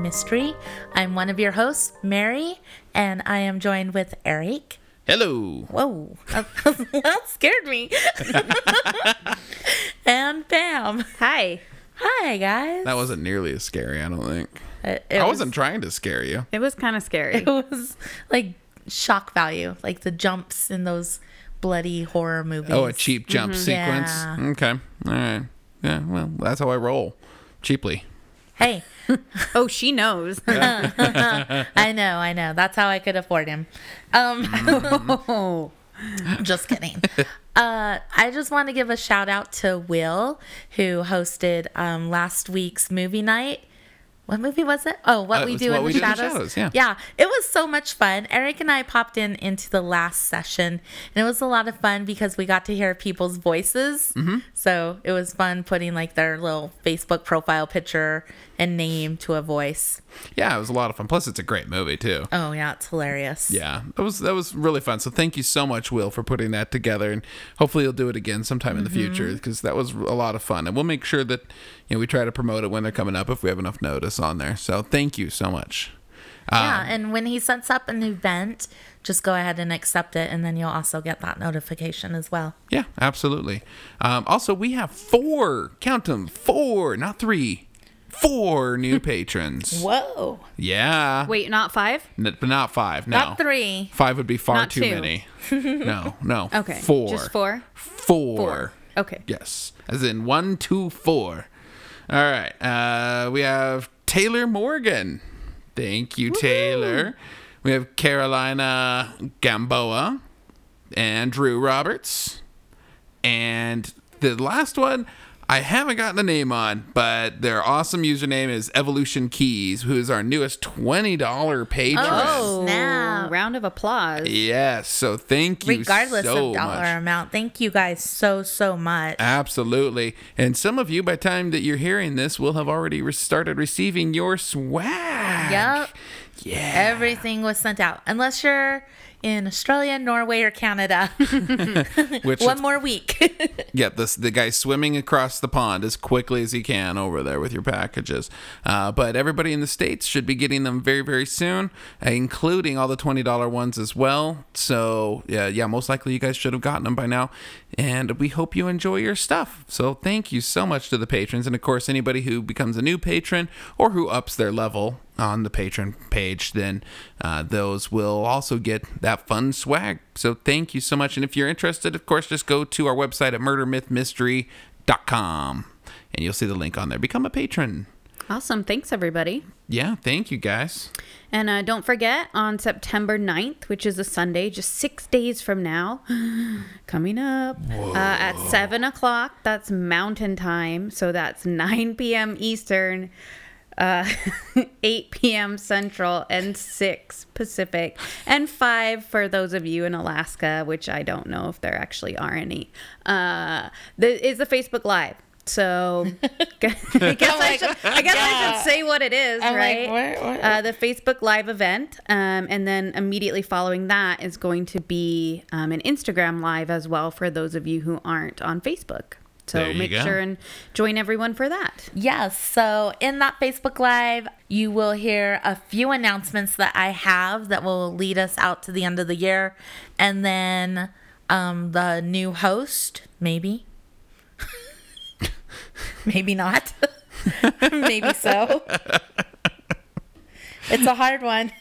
Mystery. I'm one of your hosts, Mary, and I am joined with Eric. Hello. Whoa, that scared me. and Pam. Hi. Hi, guys. That wasn't nearly as scary, I don't think. It- it I was- wasn't trying to scare you. It was kind of scary. It was like shock value, like the jumps in those bloody horror movies. Oh, a cheap jump sequence. Mm-hmm. Yeah. Okay. All right. Yeah, well, that's how I roll. Cheaply. Hey, Oh, she knows. I know, I know. That's how I could afford him. Um, oh. just kidding. Uh, I just want to give a shout out to Will, who hosted um, last week's movie night. What movie was it? Oh, what Uh, it we was do What in We the Do in the shadows. Shadows, yeah. yeah, it was so much fun. Eric and I popped in into the last session, and it was a lot of fun because we got to hear people's voices. Mm-hmm. So it was fun putting like their little Facebook profile picture and name to a voice. Yeah, it was a lot of fun. Plus, it's a great movie too. Oh yeah, it's hilarious. Yeah, that was that was really fun. So thank you so much, Will, for putting that together, and hopefully you'll do it again sometime in the Mm-hmm. future because that was a lot of fun. And we'll make sure that you know we try to promote it when they're coming up if we have enough notice on there. So thank you so much. Um, Yeah, and when he sets up an event, just go ahead and accept it, and then you'll also get that notification as well. Yeah, absolutely. Um, also, we have four, count them, four, not three, four new patrons. Whoa, Yeah. Wait, not five? N- but not five, no. not three. Five would be far Not too two. many. no, no. Okay. Four. Just four? Four. Four. Okay. Yes. As in one, two, four. All right. Uh, we have Taylor Morgan. Thank you, Taylor. We have Carolina Gamboa, Andrew Roberts, and the last one I haven't gotten a name on, but their awesome username is Evolution Keys, who is our newest twenty dollar patron. Oh, snap. round of applause. Yes. So thank you. Regardless so of dollar much. amount, thank you guys so so much. Absolutely. And some of you, by the time that you're hearing this, will have already re- started receiving your swag. Yep. Yeah. Everything was sent out, unless you're in Australia, Norway, or Canada. Which One more week. yeah, this, the guy swimming across the pond as quickly as he can over there with your packages. Uh, but everybody in the States should be getting them very, very soon, including all the $20 ones as well. So, yeah, yeah, most likely you guys should have gotten them by now. And we hope you enjoy your stuff. So, thank you so much to the patrons. And of course, anybody who becomes a new patron or who ups their level on the patron page, then uh, those will also get that fun swag. So thank you so much. And if you're interested, of course, just go to our website at murdermythmystery.com and you'll see the link on there. Become a patron. Awesome. Thanks, everybody. Yeah, thank you guys. And uh, don't forget, on September 9th, which is a Sunday, just six days from now, coming up uh, at 7 o'clock, that's Mountain Time. So that's 9 p.m. Eastern, uh, 8 p.m. Central, and 6 Pacific, and 5 for those of you in Alaska, which I don't know if there actually are any. Uh, the, is the Facebook Live. So I guess, I, should, I guess I should say what it is, I'm like, right? what- what- Uh, the Facebook Live event, um, and then immediately following that is going to be um, an Instagram Live as well for those of you who aren't on Facebook. There So you make go. sure and join everyone for that. Yes. So in that Facebook Live, you will hear a few announcements that I have that will lead us out to the end of the year. And then um, the new host, maybe. maybe not. maybe so. It's a hard one.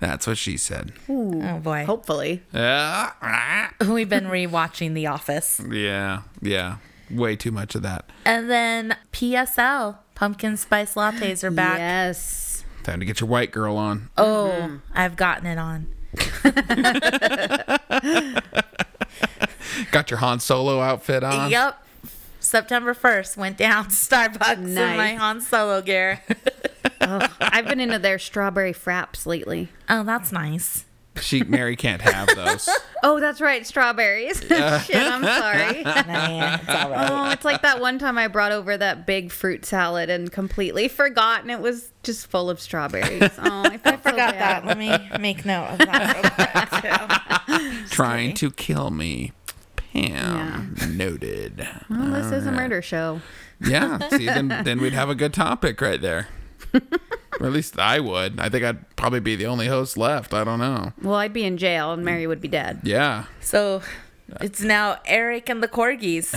That's what she said. Oh boy. Hopefully, Ah, ah. We've been rewatching The Office. yeah, yeah. Way too much of that. And then PSL, pumpkin spice lattes are back. yes. Time to get your white girl on. Oh, I've gotten it on. Got your Han Solo outfit on. Yep. September 1st, went down to Starbucks in my Nice. Han Solo gear. I've been into their strawberry fraps lately. oh, that's nice. She Mary can't have those. Oh, that's right, strawberries. Shit, I'm sorry. Nah, it's all right. Oh, it's like that one time I brought over that big fruit salad and completely forgot, and it was just full of strawberries. Oh, I, I Forgot that. Let me make note of that. real quick, too. trying to kill me. Pam noted. Well, Oh, this is a murder show. Yeah. See, then then we'd have a good topic right there. or at least I would. I think I'd probably be the only host left. I don't know. Well, I'd be in jail and Mary would be dead. Yeah. So it's now Eric and the Corgis.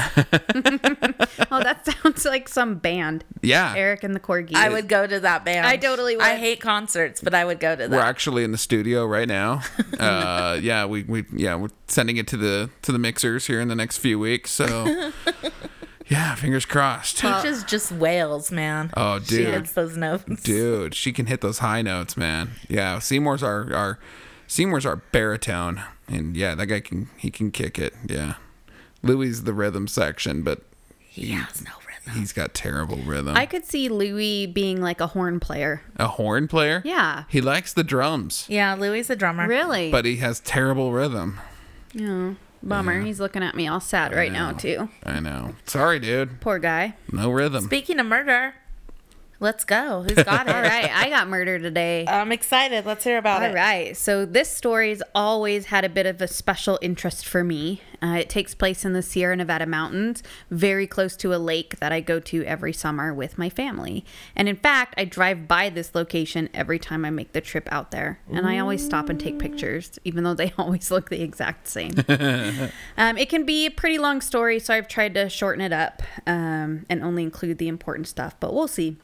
Oh, that sounds like some band. Yeah. Eric and the Corgis. Ah. I would go to that band. I totally would. I hate concerts, but I would go to that. We're actually in the studio right now. Uh, yeah, we, we yeah we're sending it to the to the mixers here in the next few weeks. So yeah, fingers crossed. Peach is just wails, man. Oh, She dude. hits those notes. Dude, she can hit those high notes, man. Yeah, Seymour's our our Seymour's our baritone, and yeah, that guy can he can kick it. Yeah, Louis the rhythm section, but He has no rhythm. he's got terrible rhythm. I A could see Louis being like a horn player. horn player? Yeah. he likes the drums, Yeah, Louis a drummer. Really? but he has terrible rhythm. Oh, bummer. He's looking at me all sad right now, too. I know. Sorry, dude. Poor guy. No rhythm. Speaking of murder, let's go. Who's got All it? right. I got murdered today. I'm excited. Let's hear about All it. right. So this story's always had a bit of a special interest for me. Uh, it takes place in the Sierra Nevada mountains, very close to a lake that I go to every summer with my family. And in fact, I drive by this location every time I make the trip out there, and I always stop and take pictures, even though they always look the exact same. Um, it can be a pretty long story, so I've tried to shorten it up um, and only include the important stuff, but we'll see.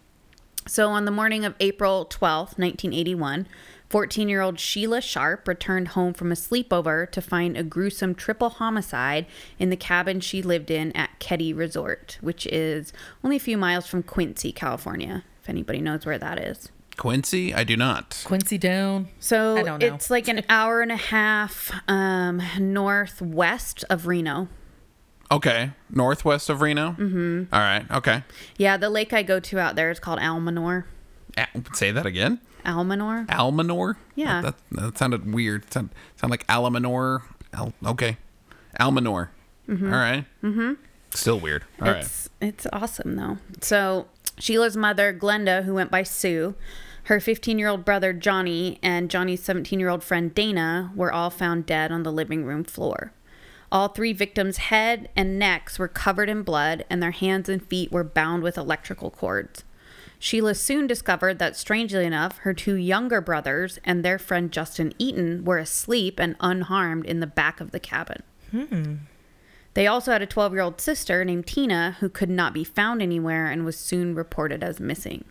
So on the morning of April 12th, 1981, 14 year old Sheila Sharp returned home from a sleepover to find a gruesome triple homicide in the cabin she lived in at Keddie Resort, which is only a few miles from Quincy, California, if anybody knows where that is. Quincy, I do not. Quincy Down. So I don't know. it's like an hour and a half um, northwest of Reno, Okay, northwest of Reno. Mm-hmm. right. Okay. Yeah, the lake I go to out there is called Almanor. Al- say that again. Almanor? Almanor? Yeah. That, that, that sounded weird. Sound, sound like Alamanor. Al, okay. Almanor. All right. Mm-hmm. Still weird. All right. It's it's awesome though. So Sheila's mother, Glenda, who went by Sue, her 15-year-old brother Johnny, and Johnny's 17-year-old friend Dana were all found dead on the living room floor. All three victims' head and necks were covered in blood, and their hands and feet were bound with electrical cords. Sheila soon discovered that, strangely enough, her two younger brothers and their friend Justin Eaton were asleep and unharmed in the back of the cabin. They also had a 12 year old sister named Tina who could not be found anywhere and was soon reported as missing.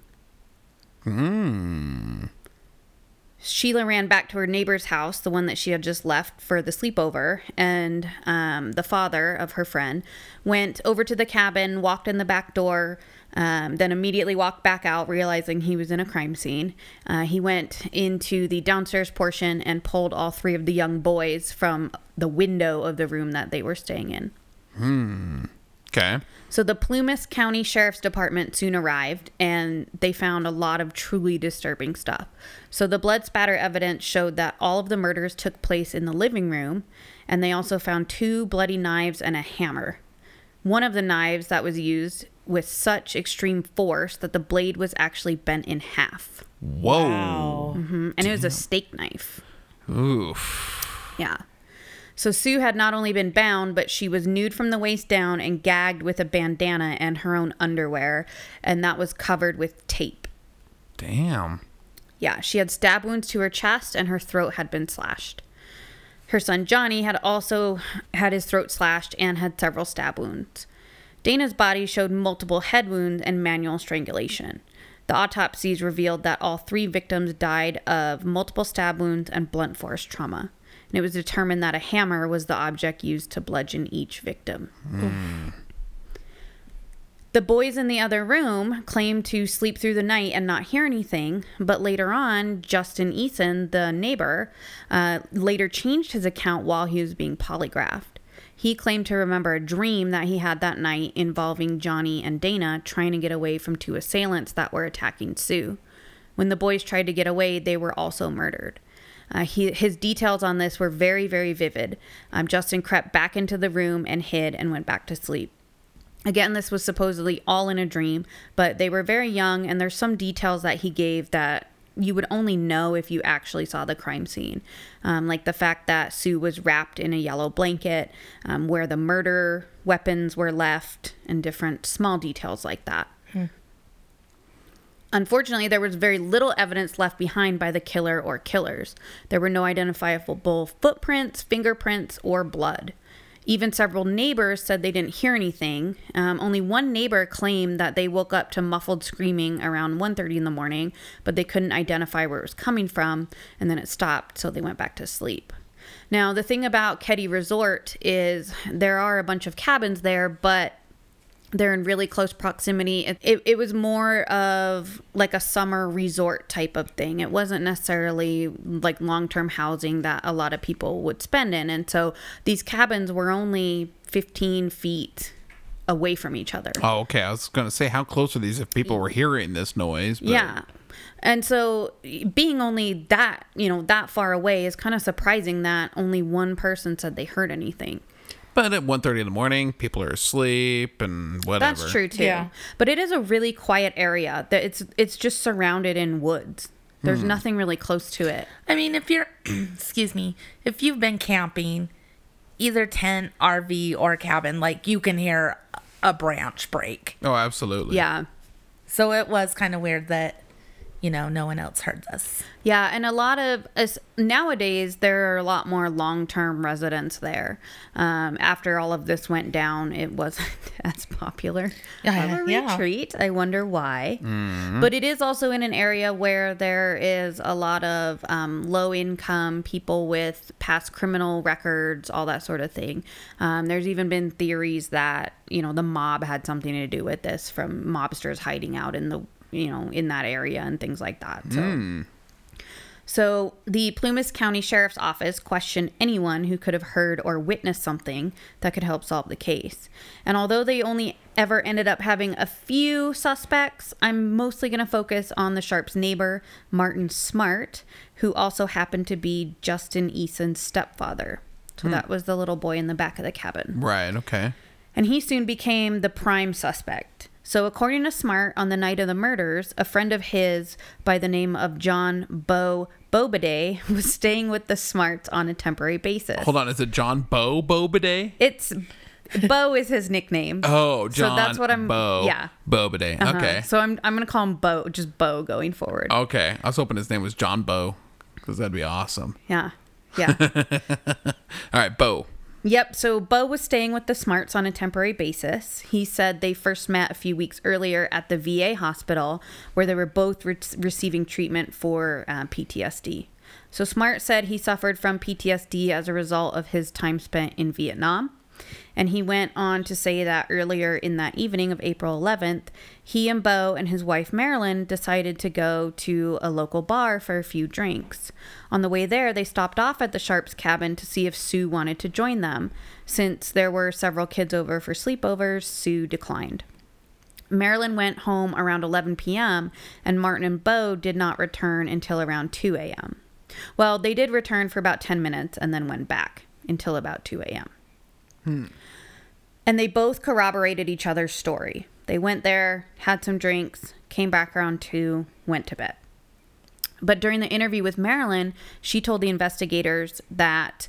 Sheila ran back to her neighbor's house, the one that she had just left for the sleepover, and um, the father of her friend went over to the cabin, walked in the back door, um, then immediately walked back out, realizing he was in a crime scene. Uh, he went into the downstairs portion and pulled all three of the young boys from the window of the room that they were staying in. okay. So the Plumas County Sheriff's Department soon arrived and they found a lot of truly disturbing stuff. So the blood spatter evidence showed that all of the murders took place in the living room and they also found two bloody knives and a hammer. One of the knives that was used with such extreme force that the blade was actually bent in half. Whoa. Oh. Mhm, And it was a steak knife. Oof. Yeah. So Sue had not only been bound, but she was nude from the waist down and gagged with a bandana and her own underwear, and that was covered with tape. Damn. Yeah, she had stab wounds to her chest and her throat had been slashed. Her son Johnny had also had his throat slashed and had several stab wounds. Dana's body showed multiple head wounds and manual strangulation. The autopsies revealed that all three victims died of multiple stab wounds and blunt force trauma. And it was determined that a hammer was the object used to bludgeon each victim. The boys in the other room claimed to sleep through the night and not hear anything, but later on, Justin Eason, the neighbor, uh, later changed his account while he was being polygraphed. He claimed to remember a dream that he had that night involving Johnny and Dana trying to get away from two assailants that were attacking Sue. When the boys tried to get away, they were also murdered. Uh, he, his details on this were very, very vivid. Um, Justin crept back into the room and hid and went back to sleep. Again, this was supposedly all in a dream, but they were very young, and there's some details that he gave that you would only know if you actually saw the crime scene. Um, like the fact that Sue was wrapped in a yellow blanket, um, where the murder weapons were left, and different small details like that. Unfortunately, there was very little evidence left behind by the killer or killers. There were no identifiable footprints, fingerprints, or blood. Even several neighbors said they didn't hear anything. Um, only one neighbor claimed that they woke up to muffled screaming around 1:30 in the morning, but they couldn't identify where it was coming from, and then it stopped, so they went back to sleep. Now, the thing about Keddie Resort is there are a bunch of cabins there, but they're in really close proximity. It, it, it was more of like a summer resort type of thing. It wasn't necessarily like long term housing that a lot of people would spend in. And so these cabins were only 15 feet away from each other. Oh, okay. I was gonna say, how close are these if people were hearing this noise? But Yeah. And so being only that, you know, that far away is kind of surprising that only one person said they heard anything. But at 1.30 in the morning, people are asleep and whatever. That's true too. Yeah. But it is a really quiet area. That it's it's just surrounded in woods. There's nothing really close to it. I mean, if you're, excuse me, if you've been camping, either tent, RV, or cabin, like you can hear a branch break. Oh, absolutely. Yeah. So it was kind of weird that, you know, no one else heard this. Yeah, and a lot of us nowadays there are a lot more long-term residents there. Um, after all of this went down, it wasn't as popular Yeah, of a yeah. retreat. I wonder why. But it is also in an area where there is a lot of um, low-income people with past criminal records, all that sort of thing. Um, there's even been theories that you know the mob had something to do with this, from mobsters hiding out in the you know in that area and things like that. So. So, the Plumas County Sheriff's Office questioned anyone who could have heard or witnessed something that could help solve the case. And although they only ever ended up having a few suspects, I'm mostly going to focus on the Sharp's neighbor, Martin Smart, who also happened to be Justin Eason's stepfather. So, that was the little boy in the back of the cabin Right. Okay. and he soon became the prime suspect. So, according to Smart, on the night of the murders, a friend of his by the name of John Bo Bobaday was staying with the Smarts on a temporary basis. Hold on. Is it John Bo Bobaday? It's Bo is his nickname. Oh, So John. that's what I'm- Bo. yeah. Bobaday. Uh, Okay. Oh. so I'm I'm gonna call him Bo, just Bo going forward. Okay. I was hoping his name was John Bo because that'd be awesome. Yeah, yeah. All right, Bo. Yep. So Bo was staying with the Smarts on a temporary basis. He said they first met a few weeks earlier at the VA hospital where they were both re- receiving treatment for uh, PTSD. So Smart said he suffered from PTSD as a result of his time spent in Vietnam. And he went on to say that earlier in that evening of April 11th, he and Bo and his wife Marilyn decided to go to a local bar for a few drinks. On the way there, they stopped off at the Sharps cabin to see if Sue wanted to join them. Since there were several kids over for sleepovers, Sue declined. Marilyn went home around 11 p.m., and Martin and Bo did not return until around 2 a.m. Well, they did return for about 10 minutes and then went back until about 2 a.m. And they both corroborated each other's story. They went there, had some drinks, came back around 2, went to bed. But during the interview with Marilyn, she told the investigators that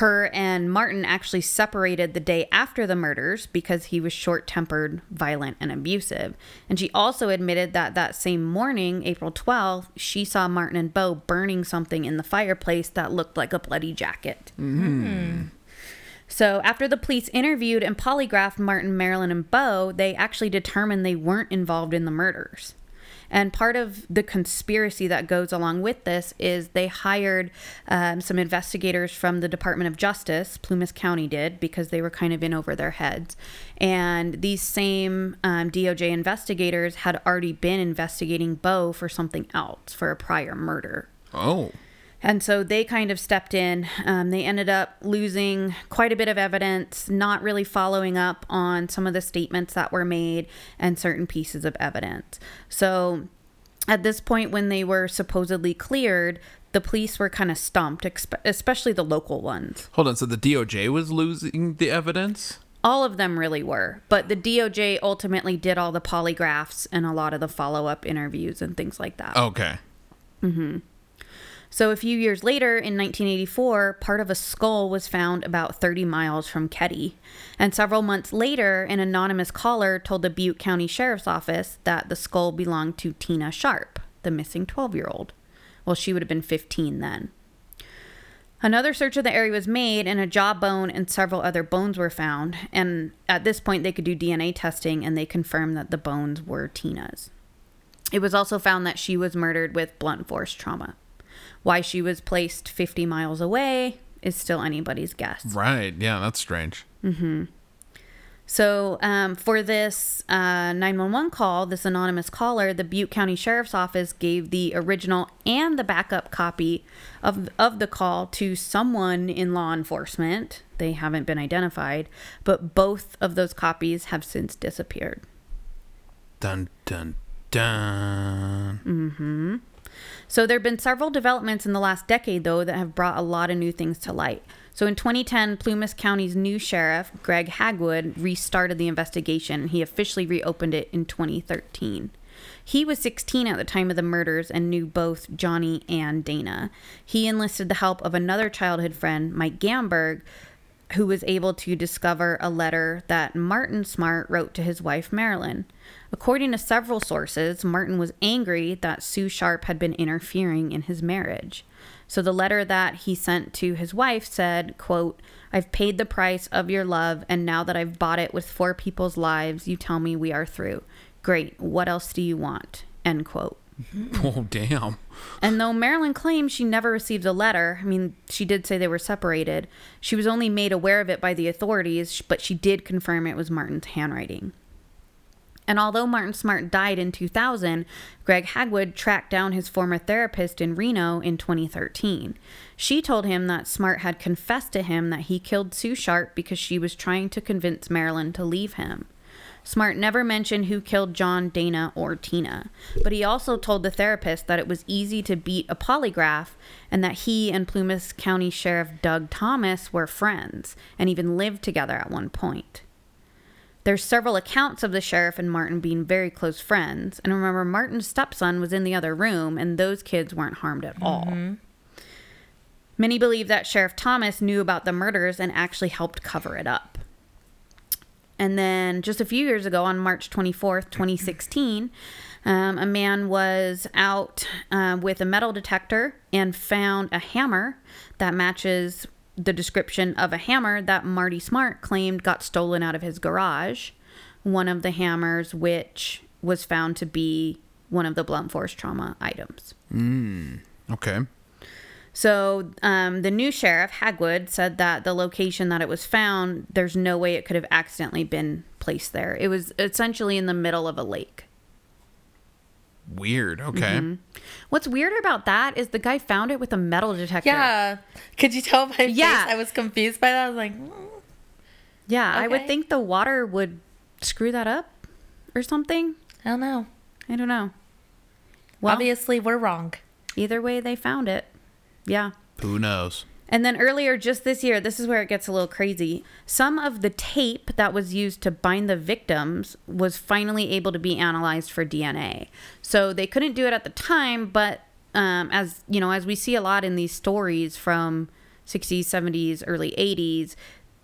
her and Martin actually separated the day after the murders because he was short tempered, violent, and abusive. And she also admitted that that same morning, April 12th, she saw Martin and Bo burning something in the fireplace that looked like a bloody jacket. So after the police interviewed and polygraphed Martin, Marilyn, and Bo, they actually determined they weren't involved in the murders. And part of the conspiracy that goes along with this is they hired um, some investigators from the Department of Justice, Plumas County did, because they were kind of in over their heads. And these same um, DOJ investigators had already been investigating Bo for something else, for a prior murder. Oh. And so they kind of stepped in. Um, they ended up losing quite a bit of evidence, not really following up on some of the statements that were made and certain pieces of evidence. So at this point, when they were supposedly cleared, the police were kind of stumped, expe- especially the local ones. Hold on. So the DOJ was losing the evidence? All of them really were, but the DOJ ultimately did all the polygraphs and a lot of the follow up interviews and things like that. Okay. So, a few years later, in 1984, part of a skull was found about 30 miles from Ketty. And several months later, an anonymous caller told the Butte County Sheriff's Office that the skull belonged to Tina Sharp, the missing 12 year old. Well, she would have been 15 then. Another search of the area was made, and a jawbone and several other bones were found. And at this point, they could do DNA testing, and they confirmed that the bones were Tina's. It was also found that she was murdered with blunt force trauma. Why she was placed 50 miles away is still anybody's guess. Right. Yeah, that's strange. So, um, for this uh, 911 call, this anonymous caller, the Butte County Sheriff's Office gave the original and the backup copy of, of the call to someone in law enforcement. They haven't been identified, but both of those copies have since disappeared. Dun dun dun. So there have been several developments in the last decade, though, that have brought a lot of new things to light. So in 2010, Plumas County's new sheriff, Greg Hagwood, restarted the investigation. He officially reopened it in 2013. He was 16 at the time of the murders and knew both Johnny and Dana. He enlisted the help of another childhood friend, Mike Gamberg, who was able to discover a letter that Martin Smart wrote to his wife Marilyn. According to several sources, Martin was angry that Sue Sharp had been interfering in his marriage. So the letter that he sent to his wife said, quote, I've paid the price of your love, and now that I've bought it with four people's lives, you tell me we are through. Great. What else do you want? End quote. Oh damn. And though Marilyn claims she never received a letter, I mean, she did say they were separated, she was only made aware of it by the authorities, but she did confirm it was Martin's handwriting. And although Martin Smart died in 2000, Greg Hagwood tracked down his former therapist in Reno in 2013. She told him that Smart had confessed to him that he killed Sue Sharp because she was trying to convince Marilyn to leave him. Smart never mentioned who killed John, Dana, or Tina, but he also told the therapist that it was easy to beat a polygraph and that he and Plumas County Sheriff Doug Thomas were friends and even lived together at one point. There's several accounts of the sheriff and Martin being very close friends, and remember Martin's stepson was in the other room and those kids weren't harmed at all. Many believe that Sheriff Thomas knew about the murders and actually helped cover it up. And then just a few years ago, on March 24th, 2016, um, a man was out uh, with a metal detector and found a hammer that matches the description of a hammer that Marty Smart claimed got stolen out of his garage. One of the hammers, which was found to be one of the blunt force trauma items. Okay. So um, the new sheriff, Hagwood, said that the location that it was found, there's no way it could have accidentally been placed there. It was essentially in the middle of a lake. Weird. Okay. Mm-hmm. What's weird about that is the guy found it with a metal detector. Yeah. Could you tell by Yeah. yeah. face? I was confused by that. I was like, mm. Yeah, I would Okay. think the water would screw that up or something. I don't know. I don't know. Well, Obviously, we're wrong. either way, they found it. Yeah. Who knows? And then earlier, just this year, this is where it gets a little crazy. Some of the tape that was used to bind the victims was finally able to be analyzed for DNA. So they couldn't do it at the time, but um, as you know, as we see a lot in these stories from 60s, 70s, early 80s,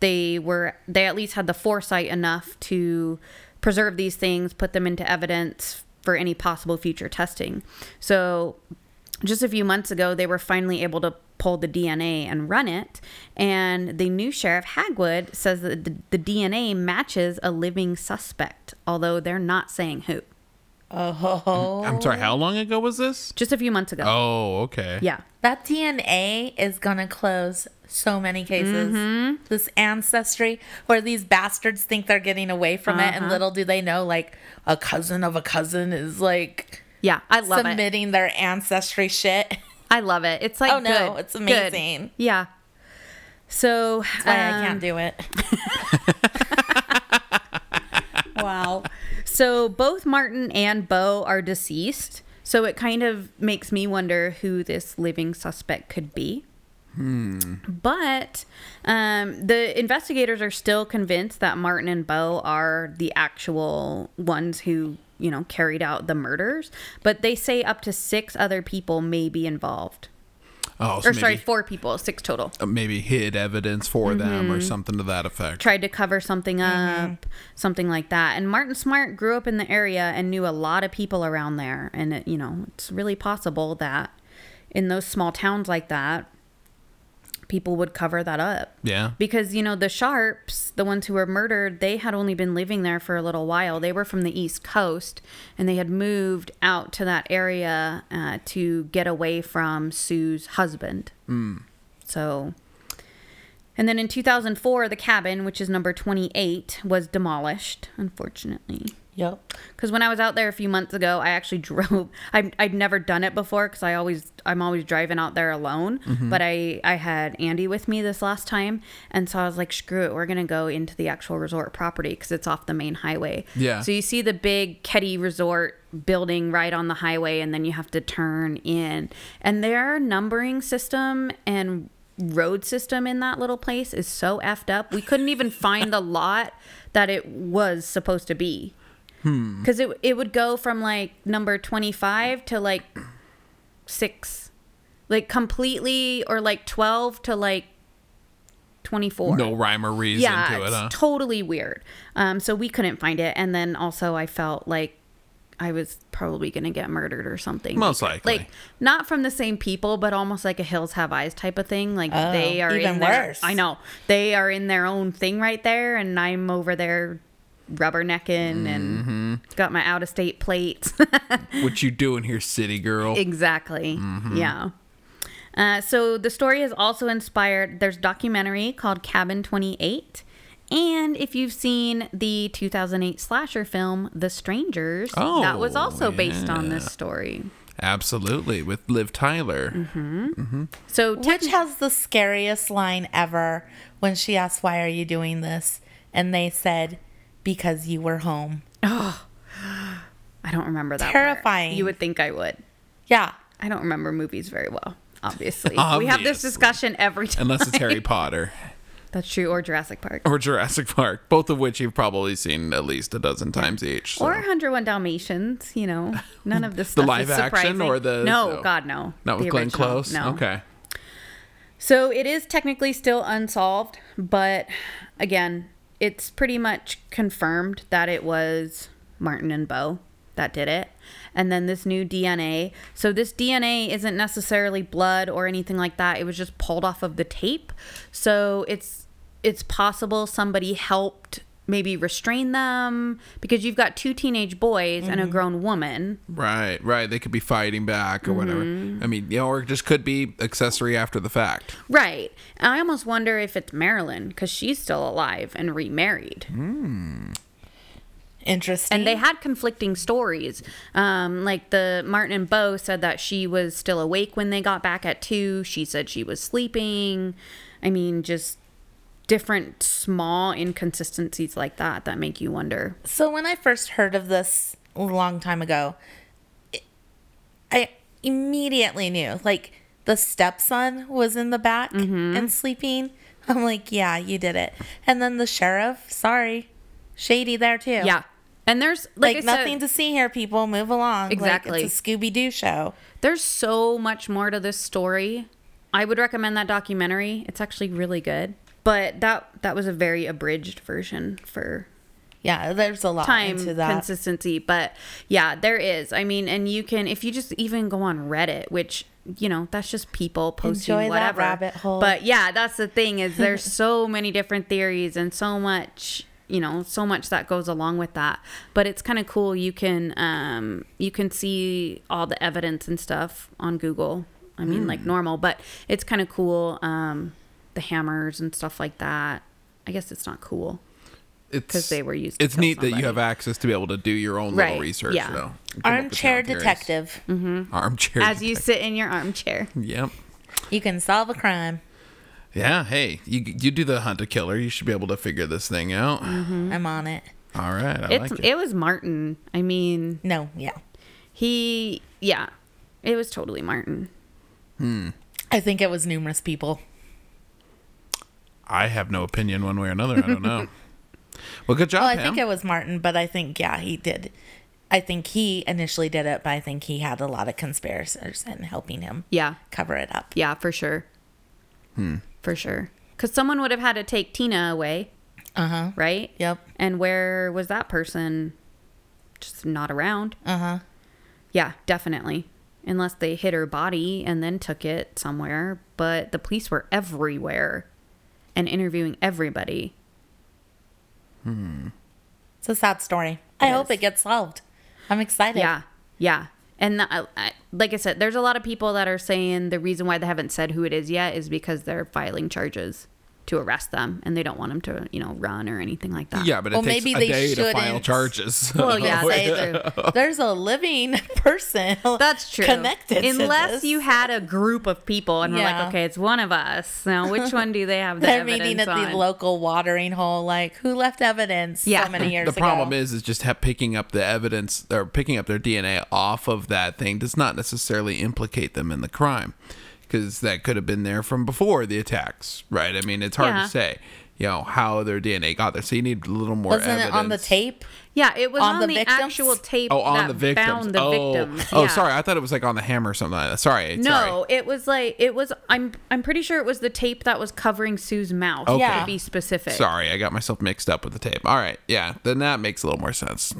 they were they at least had the foresight enough to preserve these things, put them into evidence for any possible future testing. So just a few months ago, they were finally able to pull the DNA and run it. And the new sheriff, Hagwood, says that the, the DNA matches a living suspect, although they're not saying who. Oh, I'm sorry. How long ago was this? Just a few months ago. Oh, okay. Yeah. that DNA is gonna close so many cases. Mm-hmm. This ancestry, where these bastards think they're getting away from it, Uh-huh. and little do they know, like a cousin of a cousin is like Yeah. I love it. submitting their ancestry shit. I love it. It's like, Oh, no, good. it's Good. amazing. Yeah. So, Why I um, can't do it. wow. So both Martin and Bo are deceased. So it kind of makes me wonder who this living suspect could be. But um, the investigators are still convinced that Martin and Bo are the actual ones who, you know, carried out the murders. But they say up to six other people may be involved. Oh, so or sorry, maybe- four people, six total. Uh, maybe hid evidence for them Mm-hmm. or something to that effect. Tried to cover something up, something like that. And Martin Smart grew up in the area and knew a lot of people around there. And, it, you know, it's really possible that in those small towns like that, people would cover that up. yeah. Because, you know, the Sharps, the ones who were murdered, they had only been living there for a little while. They were from the East Coast and they had moved out to that area uh, to get away from Sue's husband. So. And then in 2004, the cabin, which is number 28, was demolished, unfortunately. Yep. Because when I was out there a few months ago, I actually drove. I'd, I'd never done it before because I always I'm always driving out there alone. But I I had Andy with me this last time, and so I was like, screw it, we're gonna go into the actual resort property because it's off the main highway. Yeah. So you see the big Ketty Resort building right on the highway, and then you have to turn in, and their numbering system and road system in that little place is so effed up. We couldn't even find the lot that it was supposed to be because it it would go from like number 25 to like 6 like completely or like 12 to like 24 No rhyme or reason yeah to it, it's huh? totally weird um so we couldn't find it and then also i felt like i was probably gonna get murdered or something Most likely. like not from the same people but almost like a hills have eyes type of thing like they are Oh, even in their- worse. i know they are in their own thing right there and i'm over there rubbernecking Mm-hmm. and got my out of state plates what you doing here, city girl? Exactly. Mm-hmm. Yeah. Uh, so the story has also inspired. There's a documentary called Cabin 28, and if you've seen the 2008 slasher film The Strangers, that was Oh, also based on this yeah. story. Absolutely, with Liv Tyler. So tech- Which has the scariest line ever when she asked, Why are you doing this? And they said, Because you were home. I don't remember that. part. Terrifying. You would think I would. Yeah. I don't remember movies very well. Obviously, we have this Obviously. discussion every time. Unless it's Harry Potter That's true, or Jurassic Park, or Jurassic Park, both of which you've probably seen at least a dozen times each. so. or 101 Dalmatians. You know, none of this. the stuff is live action or surprising. the no, God no, not with The Glenn original, Close. No, Okay, So it is technically still unsolved, but again, it's pretty much confirmed that it was Martin and Bo that did it. And then this new DNA. So this DNA isn't necessarily blood or anything like that. It was just pulled off of the tape. So it's it's possible somebody helped maybe restrain them because you've got two teenage boys and a grown woman. right, right. They could be fighting back or whatever. Mm-hmm. I mean, you know, or it just could be accessory after the fact. Right. And I almost wonder if it's Marilyn because she's still alive and remarried. Interesting. And they had conflicting stories. Um, like the Martin and Bo said that she was still awake when they got back at two. She said she was sleeping. I mean, just different small inconsistencies like that that make you wonder. So when I first heard of this a long time ago, it- I immediately knew like the stepson was in the back Mm-hmm. and sleeping. I'm like, yeah, you did it. And then the sheriff, sorry, shady there too. Yeah. And there's Like, like, I said- nothing to see here, people. Move along. Like, Exactly. it's a Scooby Doo show. There's so much more to this story. I would recommend that documentary. It's actually really good. But that that was a very abridged version for Yeah, there's a lot time into that. consistency but yeah there is i mean and you can if you just even go on reddit which you know that's just people posting Enjoy that whatever rabbit hole. but yeah that's the thing is there's so many different theories and so much you know so much that goes along with that but it's kind of cool you can um you can see all the evidence and stuff on google i mean like Hmm. normal but it's kind of cool um the hammers and stuff like that i guess it's not cool It's 'Cause they were used to It's kill neat that somebody. you have access to be able to do your own Right, little research, yeah. Mm-hmm. though. Come up with your Armchair own theories. detective. Mm. Armchair. as you sit in your armchair detec- Yep. You can solve a crime. Yeah. Hey, you you do the hunt a killer. You should be able to figure this thing out. I'm on it. All right. I Mm-hmm. It's like it. it. was Martin. I mean, No, yeah. he yeah. It was totally Martin. I think it was numerous people. I have no opinion one way or another. I don't know. well, good job, Well, Oh, I Pam. think it was Martin, but I think yeah, he did I think he initially did it, but I think he had a lot of conspirators and helping him Yeah. cover it up. Yeah, for sure. Hmm. For sure. Because someone would have had to take Tina away. Uh huh. right? Yep. And where was that person? Just not around. Uh huh. Yeah, definitely. Unless they hid her body and then took it somewhere. But the police were everywhere and interviewing everybody. It's a sad story. I hope it gets solved. I'm excited. Yeah, yeah. And the, I, I, like I said, there's a lot of people that are saying the reason why they haven't said who it is yet is because they're filing charges to arrest them and they don't want them to, you know, run or anything like that. Yeah, but it Well, takes maybe a they day to file shouldn't. charges. so- Well, yeah, that's they- true. There's a living person. That's true. Connected. to Unless this. you had a group of people and were Yeah. like, okay, it's one of us. Now, which one do they have the They're evidence meeting at on? the local watering hole. Like, who left evidence Yeah. so many years the ago? problem is is just ha- picking up the evidence or picking up their dna off of that thing does not necessarily implicate them in the crime because that could have been there from before the attacks right i mean it's hard Yeah. to say you know how their dna got there so you need a little more Wasn't evidence it on the tape? yeah, it was on on, the the, victims? actual tape oh on that the victims found the oh victims. oh Yeah. sorry i thought it was like on the hammer or something like that sorry No, sorry. it was like it was. I'm I'm pretty sure it was the tape that was covering Sue's mouth. Okay. to be specific. sorry i got myself mixed up with the tape all right yeah then that makes a little more sense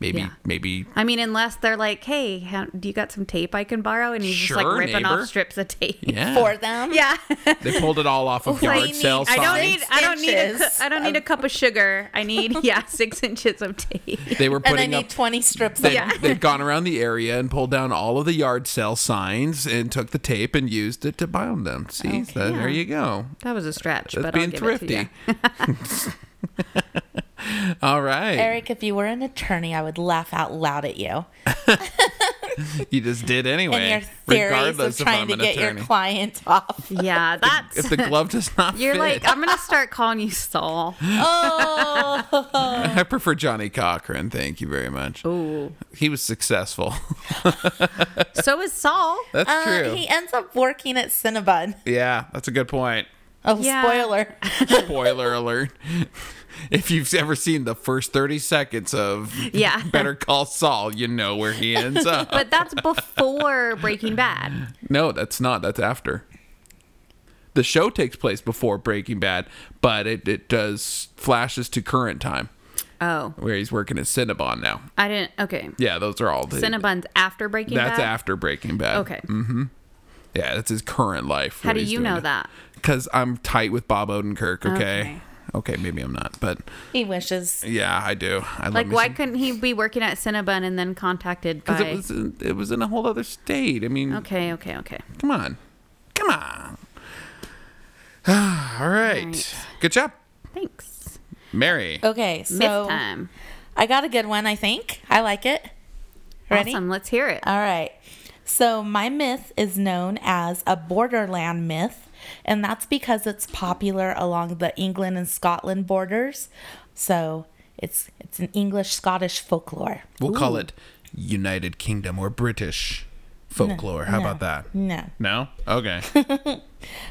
maybe Yeah. maybe I mean, unless they're like, "Hey, how, do you got some tape I can borrow?" And he's just Sure, like ripping neighbor. off strips of tape. yeah for them. Yeah. they pulled it all off of Well, yard we sale need- I signs. I don't need. I don't need. A, cu- inches I don't need a cup of sugar. I need yeah, six inches of tape. they were And I putting need up 20 strips They, of Yeah. they'd gone around the area and pulled down all of the yard sale signs and took the tape and used it to bind them. See, so there you go. That was a stretch, That's but being I'll give thrifty. it to you. all right. Eric, if you were an attorney, I would laugh out loud at you. you just did anyway. and your theories of trying to get your client off. Yeah, that's if the glove does not you're fit, like I'm gonna start calling you Saul. Oh, I prefer Johnny Cochran. Thank you very much. Ooh, He was successful. so is Saul. that's Uh, true. he ends up working at Cinnabon. Yeah, that's a good point. Oh, Yeah. spoiler! Spoiler alert. If you've ever seen the first 30 seconds of Yeah. Better Call Saul, you know where he ends up. But that's before Breaking Bad. No, that's not. That's after. The show takes place before Breaking Bad, but it, it does flashes to current time Oh, where he's working at Cinnabon now. I didn't. Okay, Yeah, those are all the. Cinnabon's after Breaking That's Bad. after Breaking Bad. Okay, Yeah, that's his current life. how do you know that? Because I'm tight with Bob Odenkirk. Okay? Okay. okay. maybe I'm not, but He wishes. yeah, I do. I love Like, me why some- couldn't he be working at Cinnabon and then contacted by? it was in, it was in a whole other state. I mean, okay, okay, okay. come on, come on. all right. right. good job, Thanks. Mary. Okay, so Myth time. I got a good one. I think I like it. Ready? Awesome. Let's hear it. All right. So, my myth is known as a borderland myth, and that's because it's popular along the England and Scotland borders. So, it's it's an English Scottish folklore. We'll call it United Kingdom or British folklore. How about that? No. No? Okay.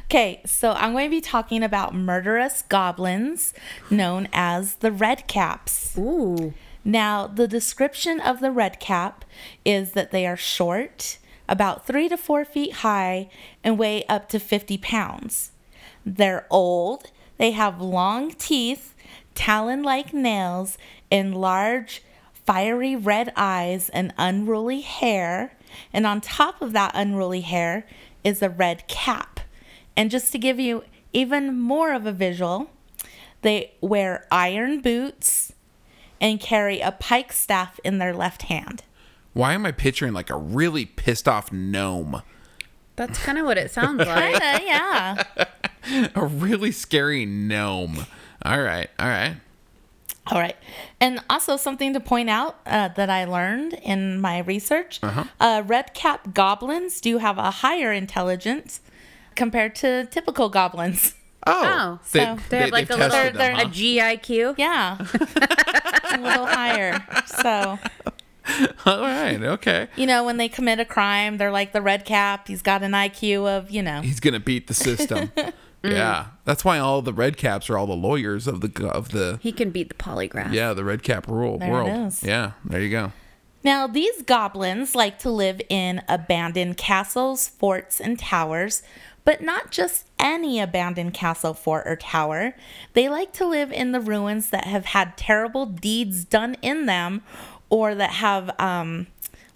Okay, so I'm going to be talking about murderous goblins known as the Red Caps. Ooh. Now, the description of the red cap is that they are short, about three to four feet high, and weigh up to 50 pounds. They're old, they have long teeth, talon like nails, and large, fiery red eyes and unruly hair. And on top of that unruly hair is a red cap. And just to give you even more of a visual, they wear iron boots and carry a pike staff in their left hand. Why am I picturing like a really pissed off gnome? That's kind of what it sounds like. Kinda, yeah. A really scary gnome. All right. All right. All right. And also, something to point out uh, that I learned in my research uh red cap goblins do have a higher intelligence compared to typical goblins. Oh. Oh, so They have like a they've little tested they're- them, a GIQ. Yeah. a little higher. So, huh? All right. Okay. you know, when they commit a crime, they're like the red cap. He's got an IQ of, you know, He's going to beat the system. Yeah, that's why all the red caps are all the lawyers of the of the He can beat the polygraph. yeah the red cap rule There it world. is. Yeah, there you go. Now, these goblins like to live in abandoned castles, forts, and towers, but not just any abandoned castle, fort, or tower. They like to live in the ruins that have had terrible deeds done in them or that have, um,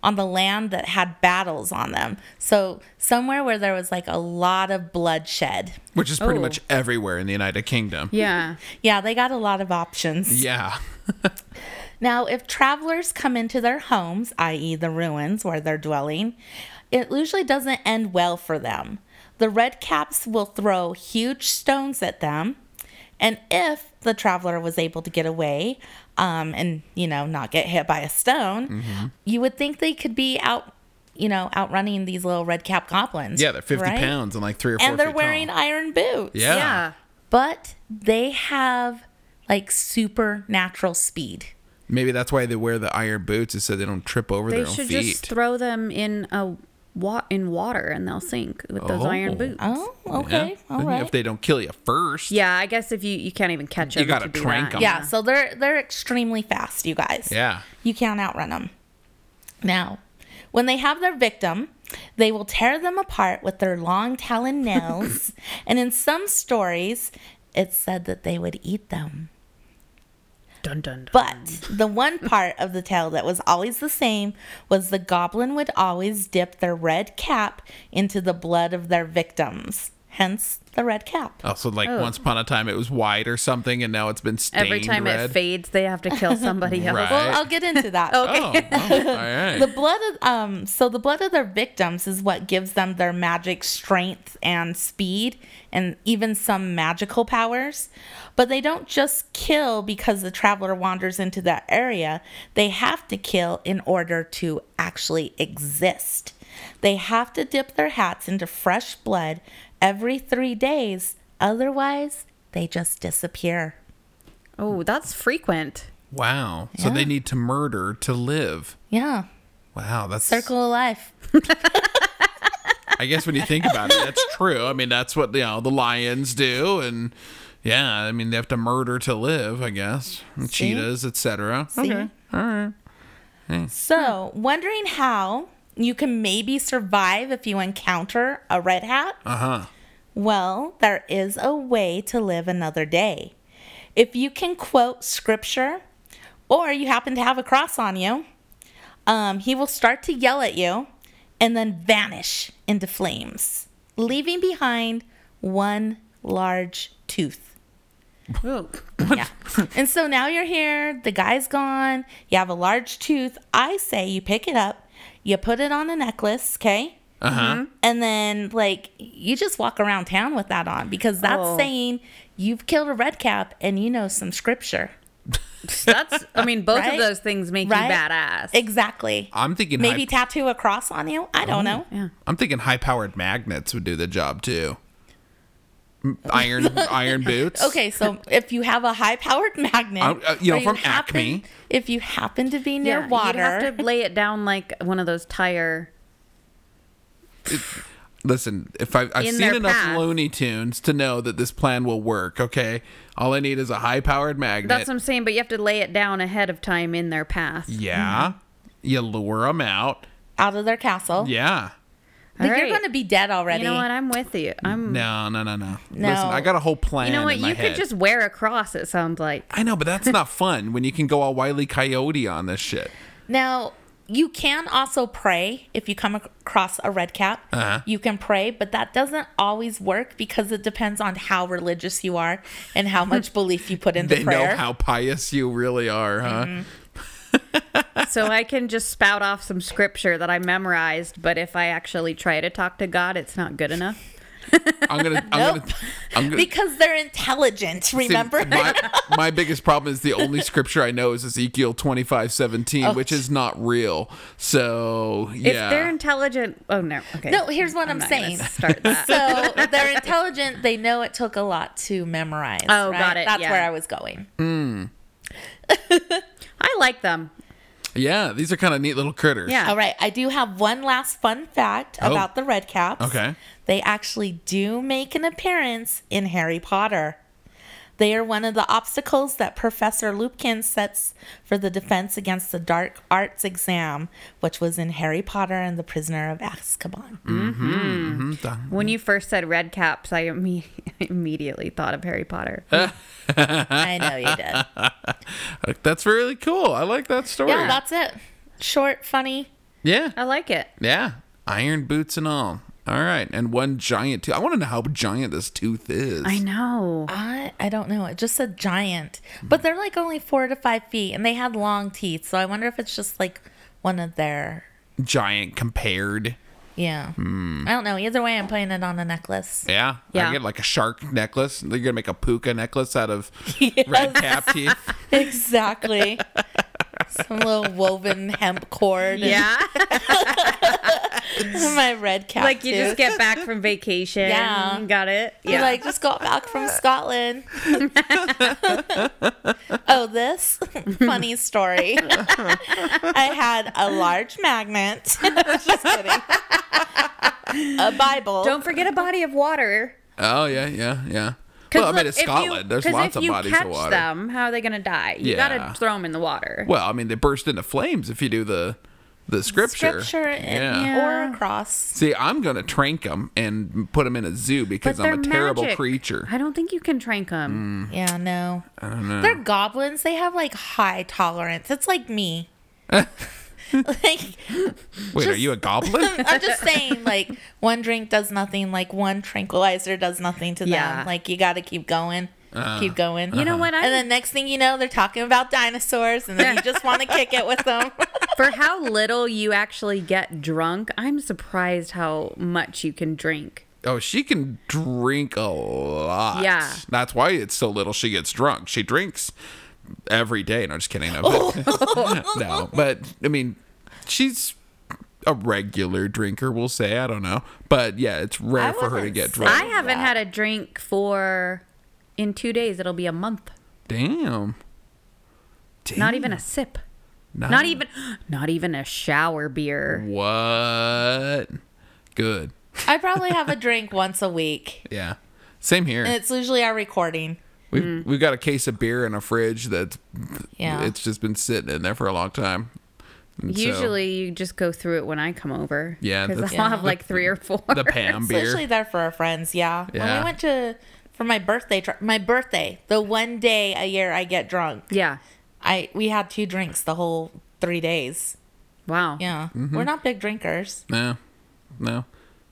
on the land that had battles on them. So, somewhere where there was like a lot of bloodshed. Which is pretty Oh. much everywhere in the United Kingdom. Yeah. Yeah, they got a lot of options. Yeah. Now, if travelers come into their homes, i.e., the ruins where they're dwelling, it usually doesn't end well for them. The red caps will throw huge stones at them. And if the traveler was able to get away um, and, you know, not get hit by a stone, Mm-hmm. you would think they could be out, you know, outrunning these little red cap goblins. Yeah, they're 50 right? pounds and like three or four And they're feet wearing tall. iron boots. Yeah. Yeah. But they have like supernatural speed. Maybe that's why they wear the iron boots is so they don't trip over They their own should feet. just throw them in a wa- in water and they'll sink with those Oh. iron boots. Oh, Yeah. okay. All Then right. If they don't kill you first. Yeah, I guess if you you can't even catch them. gotta to do trank that. 'em. yeah, so they're they're extremely fast, you guys. Yeah. You can't outrun them. Now, when they have their victim, they will tear them apart with their long talon nails, and in some stories, it's said that they would eat them. Dun dun. dun. But the one part of the tale that was always the same was the goblin would always dip their red cap into the blood of their victims, hence the red cap. Also, like Oh. once upon a time it was white or something, and now it's been stained every time red. it fades, they have to kill somebody else. Right. Well, I'll get into that. Oh, oh, all right. the blood of um so the blood of their victims is what gives them their magic strength and speed and even some magical powers but they don't just kill because the traveler wanders into that area they have to kill in order to actually exist they have to dip their hats into fresh blood every 3 days otherwise they just disappear Oh, that's frequent. wow. So they need to murder to live. yeah Wow, that's circle of life I guess when you think about it, that's true. I mean, that's what you know the lions do, and yeah, I mean they have to murder to live. I guess and See? cheetahs, etc. See? All right. So, wondering how you can maybe survive if you encounter a red hat? Uh huh. Well, there is a way to live another day. If you can quote scripture or you happen to have a cross on you, um, he will start to yell at you and then vanish into flames, leaving behind one large tooth. Oh, Yeah. and so now you're here, the guy's gone, you have a large tooth. I say you pick it up, you put it on a necklace, okay? Mm-hmm. Uh Uh-huh. huh. And then, like, you just walk around town with that on because that's Oh. saying you've killed a red cap and you know some scripture. that's. I mean, both Right? of those things make Right? you badass. Exactly. I'm thinking Maybe high, tattoo a cross on you. I don't know. yeah. I'm thinking high powered magnets would do the job too. M- Iron iron boots. Okay, so if you have a high powered magnet, Um, uh, you know, or from Acme. if you happen to be near Yeah, water, You'd have to lay it down like one of those tire. Listen, if I, I've In seen their enough path. Looney Tunes to know that this plan will work. Okay, all I need is a high powered magnet. That's what I'm saying, but you have to lay it down ahead of time in their path. yeah, mm-hmm. you lure them out. out of their castle, Yeah. like, All you're right. going to be dead already. You know what? I'm with you. I'm. No, no, no, no. No. Listen, I got a whole plan. Mm. You know what? in my You could head. just wear a cross. It sounds like. I know, but that's not fun when you can go all wily coyote on this shit. Now, you can also pray if you come ac- across a red cap. Uh-huh. You can pray, but that doesn't always work because it depends on how religious you are and how much belief you put into They prayer. know how pious you really are, huh? Mm-hmm. So I can just spout off some scripture that I memorized, but if I actually try to talk to God, it's not good enough. I'm gonna, I'm Nope. gonna, I'm gonna. because they're intelligent, see, remember? my, my biggest problem is the only scripture I know is Ezekiel 25, 17, which is not real. So Oh, If yeah, they're intelligent, oh no, okay. no, here's what I'm, not gonna saying. Start that. so they're intelligent. They know it took a lot to memorize. Oh, right? got it, That's yeah. where I was going. I like them. Yeah, these are kind of neat little critters. Yeah. All right, I do have one last fun fact Oh. about the red caps. Okay. They actually do make an appearance in Harry Potter. They are one of the obstacles that Professor Lupkin sets for the defense against the dark arts exam, which was in Harry Potter and the Prisoner of Azkaban. Mhm. When you first said red caps, I imme- immediately thought of Harry Potter. Uh, I know you did. That's really cool. I like that story. Yeah, that's it. Short, funny. yeah. I like it. Yeah. Iron boots and all. All right. And one giant tooth. I want to know how giant this tooth is. I know. I I don't know. It just said giant, but they're like only four to five feet, and they had long teeth. So I wonder if it's just like one of their Giant compared. yeah. I don't know. Either way, I'm putting it on a necklace. Yeah. Yeah. I get like a shark necklace. You're going to make a puka necklace out of red cap teeth. Exactly. Some little woven hemp cord. Yeah. and my red cap. like you just too. get back from vacation. Yeah. Got it? I, like just got back from Scotland. oh, this funny story. I had a large magnet. just kidding. A Bible. Don't forget a body of water. Oh, yeah. Yeah. Yeah. 'Cause Well, I look, mean, it's if you- Scotland. There's 'cause lots if of you bodies catch of water. them, how are they going to die? You Yeah. got to throw them in the water. Well, I mean, they burst into flames if you do the the scripture. scripture and, yeah. or uh, Yeah. a cross. See, I'm gonna trank them and put them in a zoo because I'm a terrible creature. Mm. I don't think you can trank them. Yeah, no. Mm-hmm. I don't know. They're goblins. They have like high tolerance. It's like me. like Wait, are you a goblin? I'm just saying, like one drink does nothing. Like one tranquilizer does nothing to Yeah. them. Like you got to keep going, Uh-huh. keep going. You know what? I and then next thing you know, they're talking about dinosaurs, and then you just want to kick it with them. for how little you actually get drunk, I'm surprised how much you can drink. oh, she can drink a lot. Yeah. that's why it's so little. She gets drunk. She drinks every day. No, just kidding. No, but, no, but I mean, she's a regular drinker. We'll say. I don't know, but yeah, it's rare I for her to wouldn't get say- drunk. I haven't Yeah. had a drink for in two days. It'll be a month. Damn. Damn. Not even a sip. Oh. Not e- even, not even a shower beer. What? Good. I probably have a drink once a week, Yeah. Same here. and it's usually our recording. We've mm. we've got a case of beer in a fridge that's Yeah. it's just been sitting in there for a long time. And so- Usually, you just go through it when I come over. Yeah, because that's- I'll have like three or four. the Pam It's literally beer. there for our friends. Yeah. When Yeah. we went to for my birthday, tri- my birthday, the one day a year I get drunk, yeah. I we had two drinks the whole three days. Wow. Yeah. Mm-hmm. We're not big drinkers. No, no.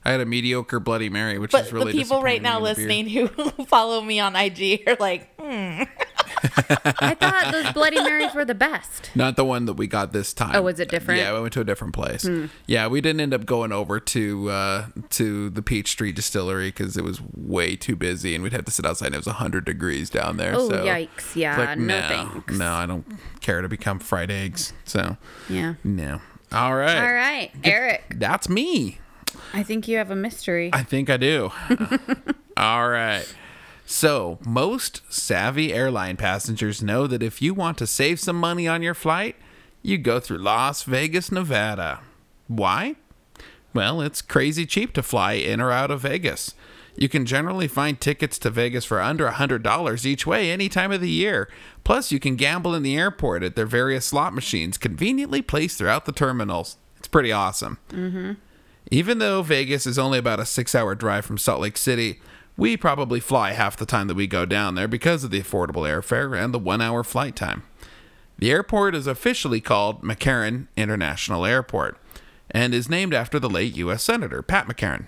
I had a mediocre Bloody Mary, which But is really the people right disappointing now in a beer. listening who follow me on IG are like, "Hmm, I thought those Bloody Marys were the best. Not the one that we got this time. Oh, was it different? Hmm. Yeah, we went to a different place. Yeah, we didn't end up going over to uh, to the Peachtree Distillery because it was way too busy, and we'd have to sit outside. and It was hundred degrees down there. Oh, so yikes. it's Yeah, no thanks." No, I don't care to become fried eggs. So Yeah. no. All right. All right, Eric. That's me. I think you have a mystery. I think I do. All right. So, most savvy airline passengers know that if you want to save some money on your flight, you go through Las Vegas, Nevada. Why? Well, it's crazy cheap to fly in or out of Vegas. You can generally find tickets to Vegas for under $100 each way any time of the year. Plus, you can gamble in the airport at their various slot machines conveniently placed throughout the terminals. It's pretty awesome. Even though Vegas is only about a six hour drive from Salt Lake City, we probably fly half the time that we go down there because of the affordable airfare and the one hour flight time. The airport is officially called McCarran International Airport and is named after the late U.S. Senator Pat McCarran.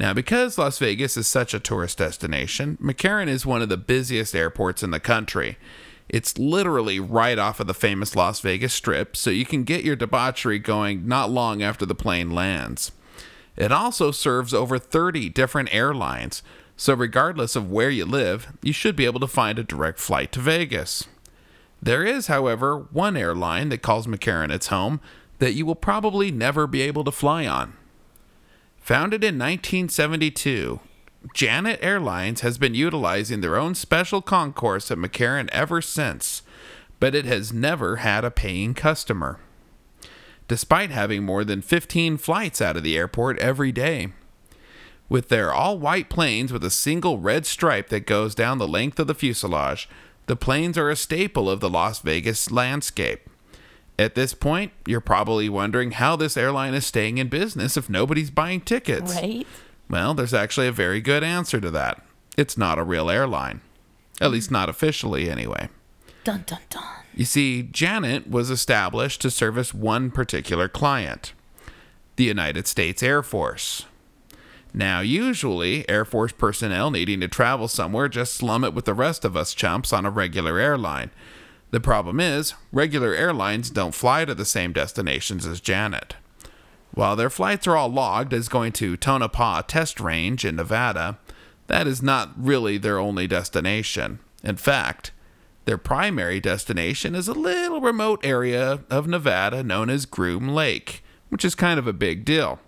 Now, because Las Vegas is such a tourist destination, McCarran is one of the busiest airports in the country. It's literally right off of the famous Las Vegas Strip, so you can get your debauchery going not long after the plane lands. It also serves over 30 different airlines, so regardless of where you live, you should be able to find a direct flight to Vegas. There is, however, one airline that calls McCarran its home that you will probably never be able to fly on. Founded in 1972, Janet Airlines has been utilizing their own special concourse at McCarran ever since, but it has never had a paying customer. despite having more than 15 flights out of the airport every day. With their all white planes with a single red stripe that goes down the length of the fuselage, the planes are a staple of the Las Vegas landscape. At this point, you're probably wondering how this airline is staying in business if nobody's buying tickets. Right? Well, there's actually a very good answer to that. It's not a real airline. At least not officially, anyway. Dun dun dun. You see, Janet was established to service one particular client the United States Air Force. Now, usually, Air Force personnel needing to travel somewhere just slum it with the rest of us chumps on a regular airline. The problem is, regular airlines don't fly to the same destinations as Janet. While their flights are all logged as going to Tonopah Test Range in Nevada, that is not really their only destination. In fact, their primary destination is a little remote area of Nevada known as Groom Lake, which is kind of a big deal.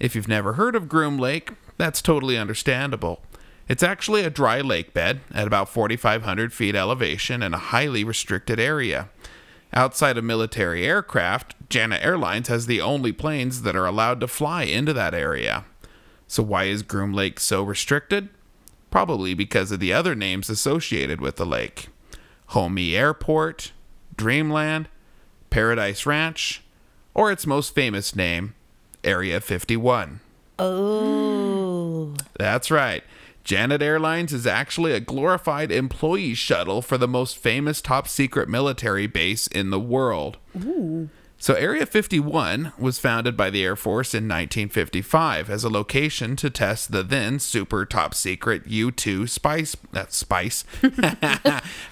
If you've never heard of Groom Lake, that's totally understandable. It's actually a dry lake bed at about 4,500 feet elevation in a highly restricted area. Outside of military aircraft, Jana Airlines has the only planes that are allowed to fly into that area. So, why is Groom Lake so restricted? Probably because of the other names associated with the lake Homey Airport, Dreamland, Paradise Ranch, or its most famous name, Area 51. That's right. Janet Airlines is actually a glorified employee shuttle for the most famous top secret military base in the world. So, Area 51 was founded by the Air Force in 1955 as a location to test the then super top secret U 2 spice. That's spice. How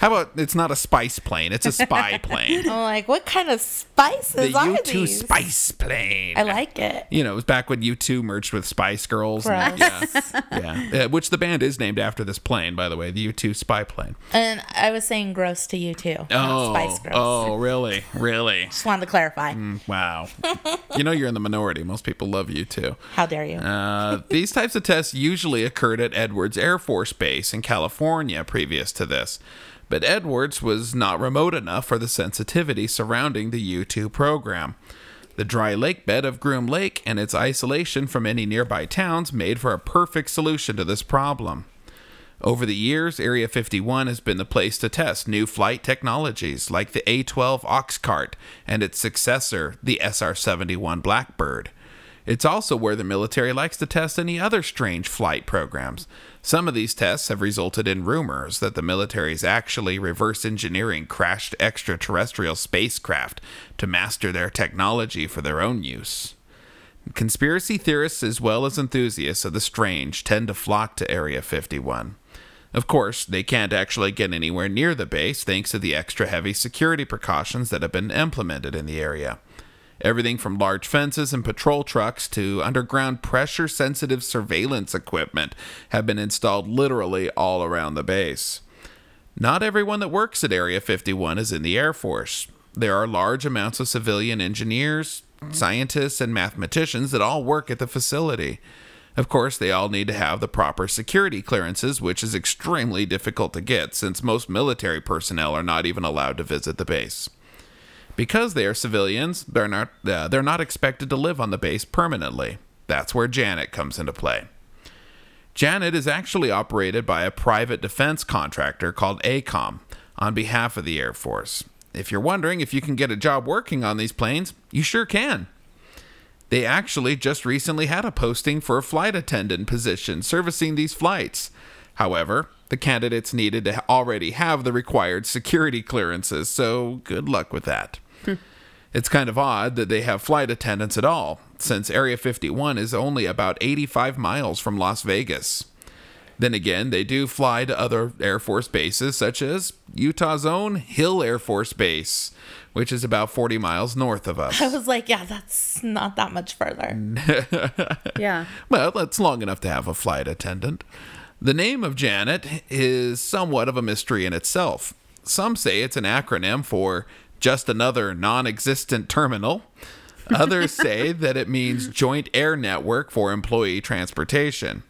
about it's not a spice plane, it's a spy plane. I'm like, what kind of spices the are U 2 these? spice plane. I like it. You know, it was back when U2 merged with Spice Girls. and- Gross. yeah. yeah. Uh, Which the band is named after this plane, by the way, the U2 spy plane. And I was saying gross to you too. Oh, not Spice Girls. oh, Mm. really? Really? Just wanted to clarify. Wow. you know, you're in the minority. Most people love U2. How dare you? Uh, these types of tests usually occurred at Edwards Air Force Base in California previous to this, but Edwards was not remote enough for the sensitivity surrounding the U 2 program. The dry lake bed of Groom Lake and its isolation from any nearby towns made for a perfect solution to this problem. Over the years, Area 51 has been the place to test new flight technologies like the A 12 Oxcart and its successor, the SR 71 Blackbird. It's also where the military likes to test any other strange flight programs. Some of these tests have resulted in rumors that the military is actually reverse engineering crashed extraterrestrial spacecraft to master their technology for their own use. Conspiracy theorists as well as enthusiasts of the strange tend to flock to Area 51. Of course, they can't actually get anywhere near the base thanks to the extra heavy security precautions that have been implemented in the area. Everything from large fences and patrol trucks to underground pressure sensitive surveillance equipment have been installed literally all around the base. Not everyone that works at Area 51 is in the Air Force. There are large amounts of civilian engineers, scientists, and mathematicians that all work at the facility. Of course, they all need to have the proper security clearances, which is extremely difficult to get since most military personnel are not even allowed to visit the base. Because they are civilians, they're not uh, they're not expected to live on the base permanently. That's where Janet comes into play. Janet is actually operated by a private defense contractor called ACOM on behalf of the Air Force. If you're wondering if you can get a job working on these planes, you sure can. They actually just recently had a posting for a flight attendant position servicing these flights. However, the candidates needed to already have the required security clearances, so good luck with that. It's kind of odd that they have flight attendants at all, since Area 51 is only about 85 miles from Las Vegas. Then again, they do fly to other Air Force bases, such as Utah's own Hill Air Force Base, which is about 40 miles north of us. I was like, yeah, that's not that much further. Yeah. Well, that's long enough to have a flight attendant. The name of Janet is somewhat of a mystery in itself. Some say it's an acronym for just another non existent terminal. Others say that it means Joint Air Network for Employee Transportation.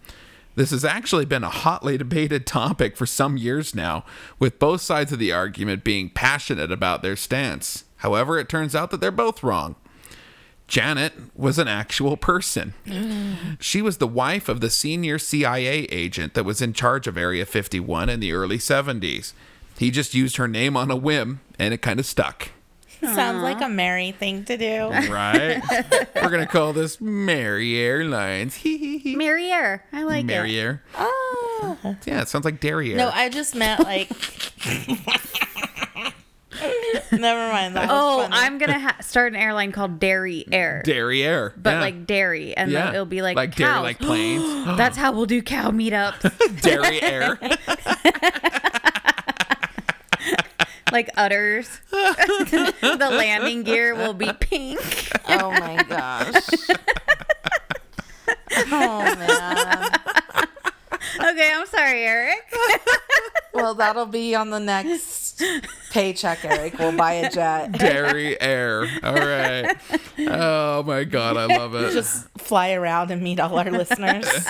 This has actually been a hotly debated topic for some years now, with both sides of the argument being passionate about their stance. However, it turns out that they're both wrong. Janet was an actual person. She was the wife of the senior CIA agent that was in charge of Area 51 in the early 70s. He just used her name on a whim and it kind of stuck. Sounds like a Mary thing to do. Right? We're going to call this Mary Airlines. Hee hee hee. Marrier. I like Mary it. Air. Oh. Yeah, it sounds like Derriere. No, I just meant like. Never mind. That was Oh, funny. I'm gonna ha- start an airline called Dairy Air, Derriere. but Yeah. like dairy, and yeah. then it'll be like like dairy, cows. like planes. That's how we'll do cow meetups, Derriere. like udders. the landing gear will be pink. Oh my gosh. oh man. Okay, I'm sorry, Eric. Well, that'll be on the next paycheck, Eric. We'll buy a jet. Dairy air. All right. Oh my god, I love it. Just fly around and meet all our listeners.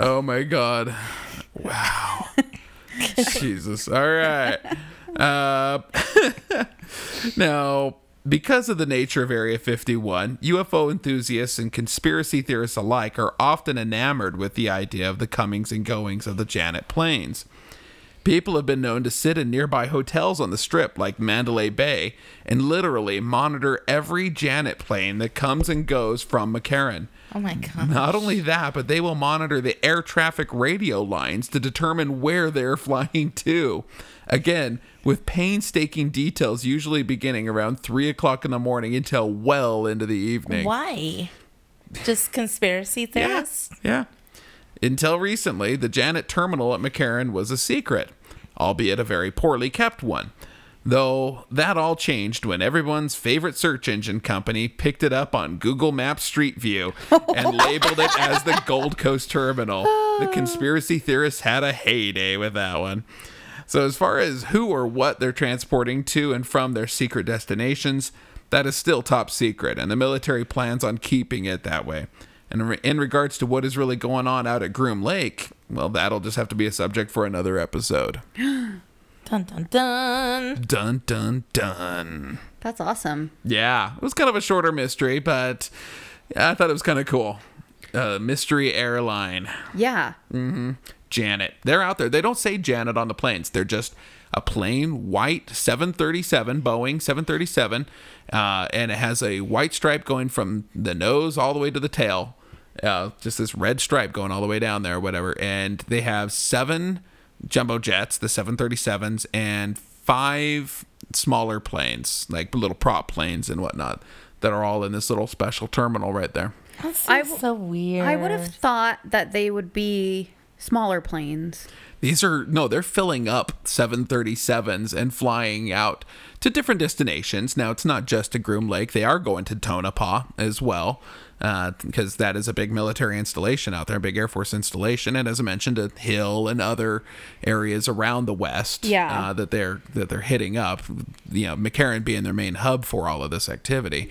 Oh my god. Wow. Jesus. All right. Uh, now, because of the nature of Area 51, UFO enthusiasts and conspiracy theorists alike are often enamored with the idea of the comings and goings of the Janet planes. People have been known to sit in nearby hotels on the strip, like Mandalay Bay, and literally monitor every Janet plane that comes and goes from McCarran. Oh my god. Not only that, but they will monitor the air traffic radio lines to determine where they're flying to. Again, with painstaking details usually beginning around 3 o'clock in the morning until well into the evening. Why? Just conspiracy Yeah. theorists? yeah. Until recently, the Janet terminal at McCarran was a secret, albeit a very poorly kept one. Though that all changed when everyone's favorite search engine company picked it up on Google Maps Street View and labeled it as the Gold Coast Terminal. The conspiracy theorists had a heyday with that one. So, as far as who or what they're transporting to and from their secret destinations, that is still top secret, and the military plans on keeping it that way. And in re- in regards to what is really going on out at Groom Lake, well, that'll just have to be a subject for another episode. Dun dun dun. Dun, dun, dun. That's awesome. Yeah, it was kind of a shorter mystery, but I thought it was kind of cool. Uh, mystery airline. Yeah. Janet. They're out there. They don't say Janet on the planes. They're just a plain white 737 Boeing 737, uh, and it has a white stripe going from the nose all the way to the tail. Uh, just this red stripe going all the way down there, or whatever. And they have seven jumbo jets, the 737s, and five smaller planes, like little prop planes and whatnot, that are all in this little special terminal right there. That seems I w- so weird. I would have thought that they would be smaller planes. These are no, they're filling up 737s and flying out to different destinations. Now it's not just to Groom Lake; they are going to Tonopah as well, because that is a big military installation out there, a big Air Force installation, and as I mentioned, a hill and other areas around the West. Yeah. uh, that they're that they're hitting up. You know, McCarran being their main hub for all of this activity.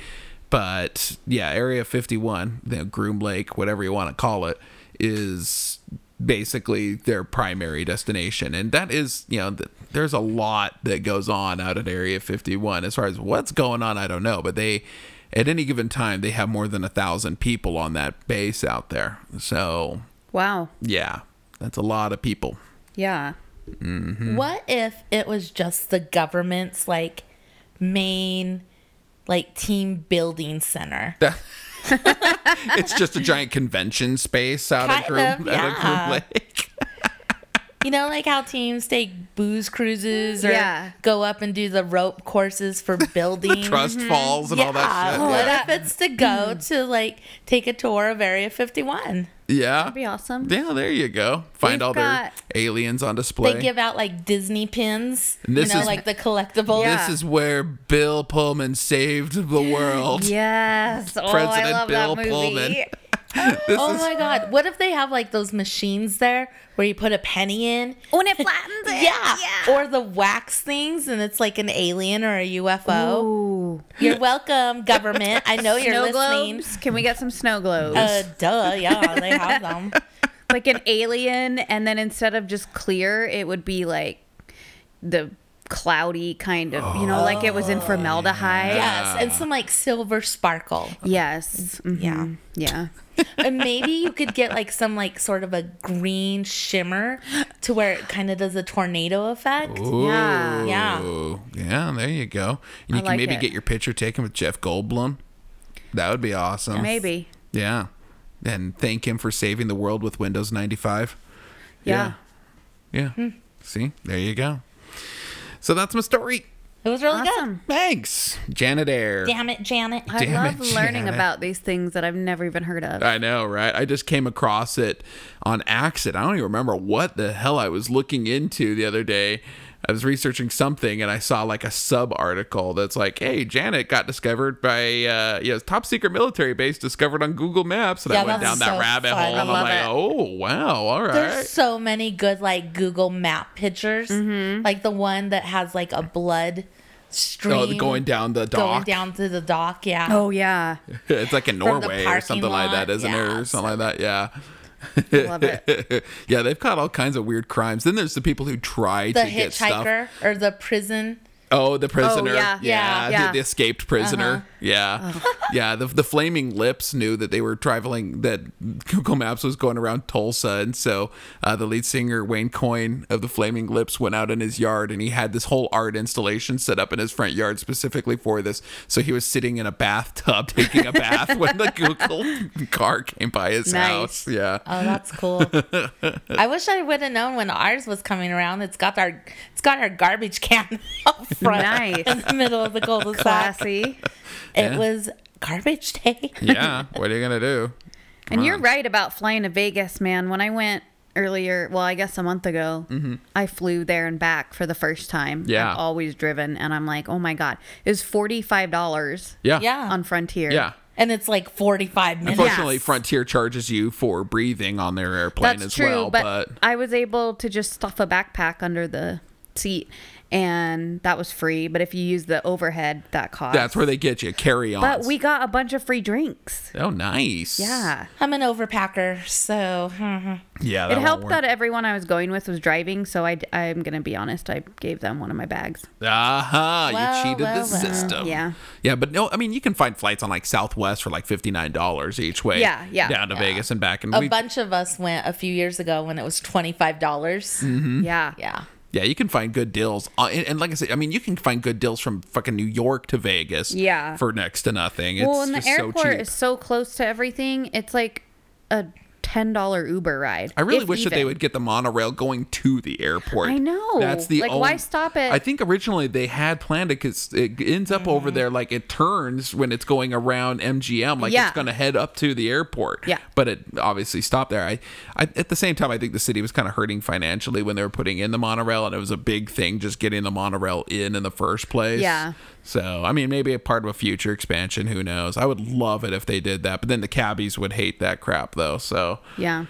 But yeah, Area 51, you know, Groom Lake, whatever you want to call it, is basically their primary destination. And that is, you know, th- there's a lot that goes on out at Area 51. As far as what's going on, I don't know. But they, at any given time, they have more than a thousand people on that base out there. So Wow. yeah, that's a lot of people. Yeah. Hmm. What if it was just the government's like main like team building center? It's just a giant convention space out of Kind Groom, of, out of Groom yeah. Lake. You know, like how teams take booze cruises or Yeah. go up and do the rope courses for building. Trust falls and all that Mm-hmm. Yeah, Mm. shit. What Yeah. if it's to go to like take a tour of Area 51? Yeah. That'd be awesome. Yeah, there you go. Find We've all their got- aliens on display. They give out like Disney pins, And this you know, is- like the collectible. Yeah. This is where Bill Pullman saved the world. Yes. Oh, I President love Bill that movie. Pullman. This Oh is- my God. What if they have like those machines there where you put a penny in When it flattens it. Yeah. Yeah. Or the wax things, and it's like an alien or a UFO. Ooh. You're welcome, government. I know you're Oh. snow listening. globes. Can we get some snow globes? Uh, duh. Yeah, they have them. like an alien, and then instead of just clear, it would be like the cloudy kind of, you know, like it was Oh. in formaldehyde. Yes, and some like silver sparkle. Yes. Mm, Yeah. Yeah. and maybe you could get like some like sort of a green shimmer to where it kind of does a tornado effect. Yeah. Yeah. Ooh. Yeah, there you go. And you can like maybe it. get your picture taken with Jeff Goldblum. That would be awesome. Maybe. Yeah. And thank him for saving the world with Windows 95. Yeah. Yeah. See, there you go. So that's my story. It was really Awesome. Thanks, Janet Air. good. Damn it, Janet. I Damn love it, learning Janet. about these things that I've never even heard of. I know, right? I just came across it on accident. I don't even remember what the hell I was looking into the other day. I was researching something and I saw like a sub article that's like, "Hey, Janet got discovered by uh, you know, top secret military base discovered on Google Maps." And I Yeah, went down that's that so rabbit fun. hole I and I'm love like, it. "Oh, wow, all right." There's so many good like Google map pictures. Mm-hmm. Like the one that has like a blood stream oh, going down the going dock. down to the dock, yeah. Oh yeah. it's like in the Norway or parking something like lot. that, isn't Yeah, there? Or something like that. Yeah. Love it. yeah, they've caught all kinds of weird crimes. Then there's the people who try the to get stuff. hitchhiker or the prison. Oh, the prisoner. yeah. yeah. Yeah. the- Yeah. Uh-huh. The, escaped prisoner. Yeah. Yeah. The, the Flaming Lips knew that they were traveling, that Google Maps was going around Tulsa. And so uh, the lead singer, Wayne Coyne of the Flaming Lips, went out in his yard and he had this whole art installation set up in his front yard specifically for this. So he was sitting in a bathtub taking a bath when the Google car came by his Nice. house. Yeah. Oh, that's cool. I wish I would have known when ours was coming around. It's got our it's got our garbage can up front in Nice. the middle of the cul-de-sac. Classy. It Yeah. was garbage day. yeah. What are you going to do? And you're right about flying to Vegas, man. When I went earlier, well, I guess a month ago, I flew there and back for the first time. Mm-hmm. Yeah. I've always driven, and I'm like, oh my God. It was $45 Yeah. Yeah. on Frontier. Yeah. And it's like 45 minutes. Unfortunately, Yes. Frontier charges you for breathing on their airplane That's as true, well. but, I was able to just stuff a backpack under the seat, and that was free. But if you use the overhead, that cost. that's where they get you carry on. but we got a bunch of free drinks. oh nice. Yeah. I'm an overpacker, so yeah. It won't helped work. that everyone I was going with was driving, so I, am gonna be honest, I gave them one of my bags. Aha! Well, Uh-huh, you cheated well, the well. system. Yeah. Yeah, but no. I mean, you can find flights on like Southwest for like fifty nine dollars each way. Yeah, yeah, Down to yeah. Vegas and back, and a we, bunch of us went a few years ago when it was $25. dollars Mm-hmm. Hmm? Yeah. Yeah. yeah, you can find good deals. Uh, And, and like I said, I mean, you can find good deals from fucking New York to Vegas. Yeah. For next to nothing. It's Well, and the just so airport cheap. is so close to everything. It's like a ten dollar Uber ride. I really if wish that they even. would get the monorail going to the airport. I know. That's the Like, only- why stop it? I think originally they had planned it because it ends up Mm-hmm. over there. Like it turns when it's going around MGM. Like Yeah. it's going to head up to the airport. Yeah. But it obviously stopped there. I, I at the same time, I think the city was kind of hurting financially when they were putting in the monorail, and it was a big thing just getting the monorail in in the first place. Yeah. So I mean, maybe a part of a future expansion. Who knows? I would love it if they did that, but then the cabbies would hate that crap though. So Yeah.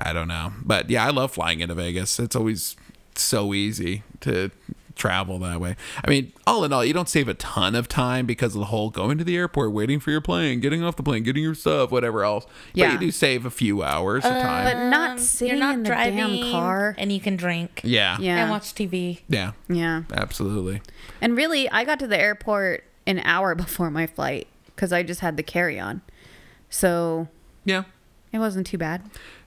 I don't know. But yeah, I love flying into Vegas. It's always so easy to travel that way. I mean, all in all, you don't save a ton of time because of the whole going to the airport, waiting for your plane, getting off the plane, getting your stuff, whatever else. But Yeah. Uh, you do save a few hours of time. But Um, Um, not sitting in the damn car. and you can drink yeah. Yeah. and watch TV. Yeah. yeah. Absolutely. And really, I got to the airport an hour before my flight because I just had the carry on, so Yeah. it wasn't too bad.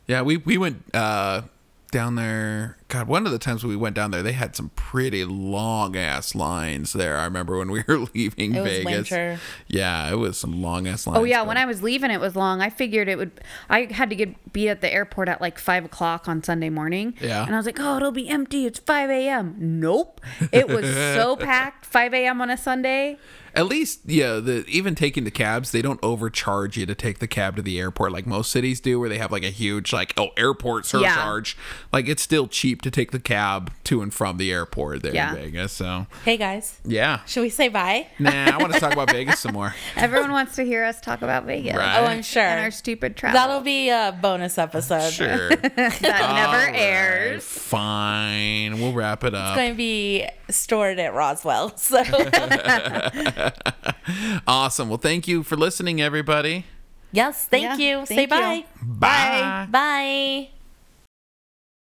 Yeah, we we went uh, down there. God, one of the times we went down there, they had some pretty long ass lines there. I remember when we were leaving It was Vegas. winter. Yeah, it was some long ass lines. Oh yeah, but- when I was leaving, it was long. I figured it would. I had to get be at the airport at like five o'clock on Sunday morning. Yeah. and I was like, oh, it'll be empty. It's five a.m. Nope, it was so packed. Five a.m. on a Sunday. At least, yeah, the even taking the cabs, they don't overcharge you to take the cab to the airport like most cities do, where they have like a huge like oh airport Yeah. surcharge. Like it's still cheap to take the cab to and from the airport there Yeah. in Vegas. So Hey guys, yeah, should we say bye? nah, I want to talk about Vegas some more. Everyone wants to hear us talk about Vegas Right. Oh, I'm sure. and our stupid travel That'll be a bonus episode. Sure, that never All right, airs. Fine, we'll wrap it It's up. going to be stored at Roswell. So Awesome. Well, thank you for listening, everybody. yes, thank Yeah, you. Say thank bye. you. Bye. Bye.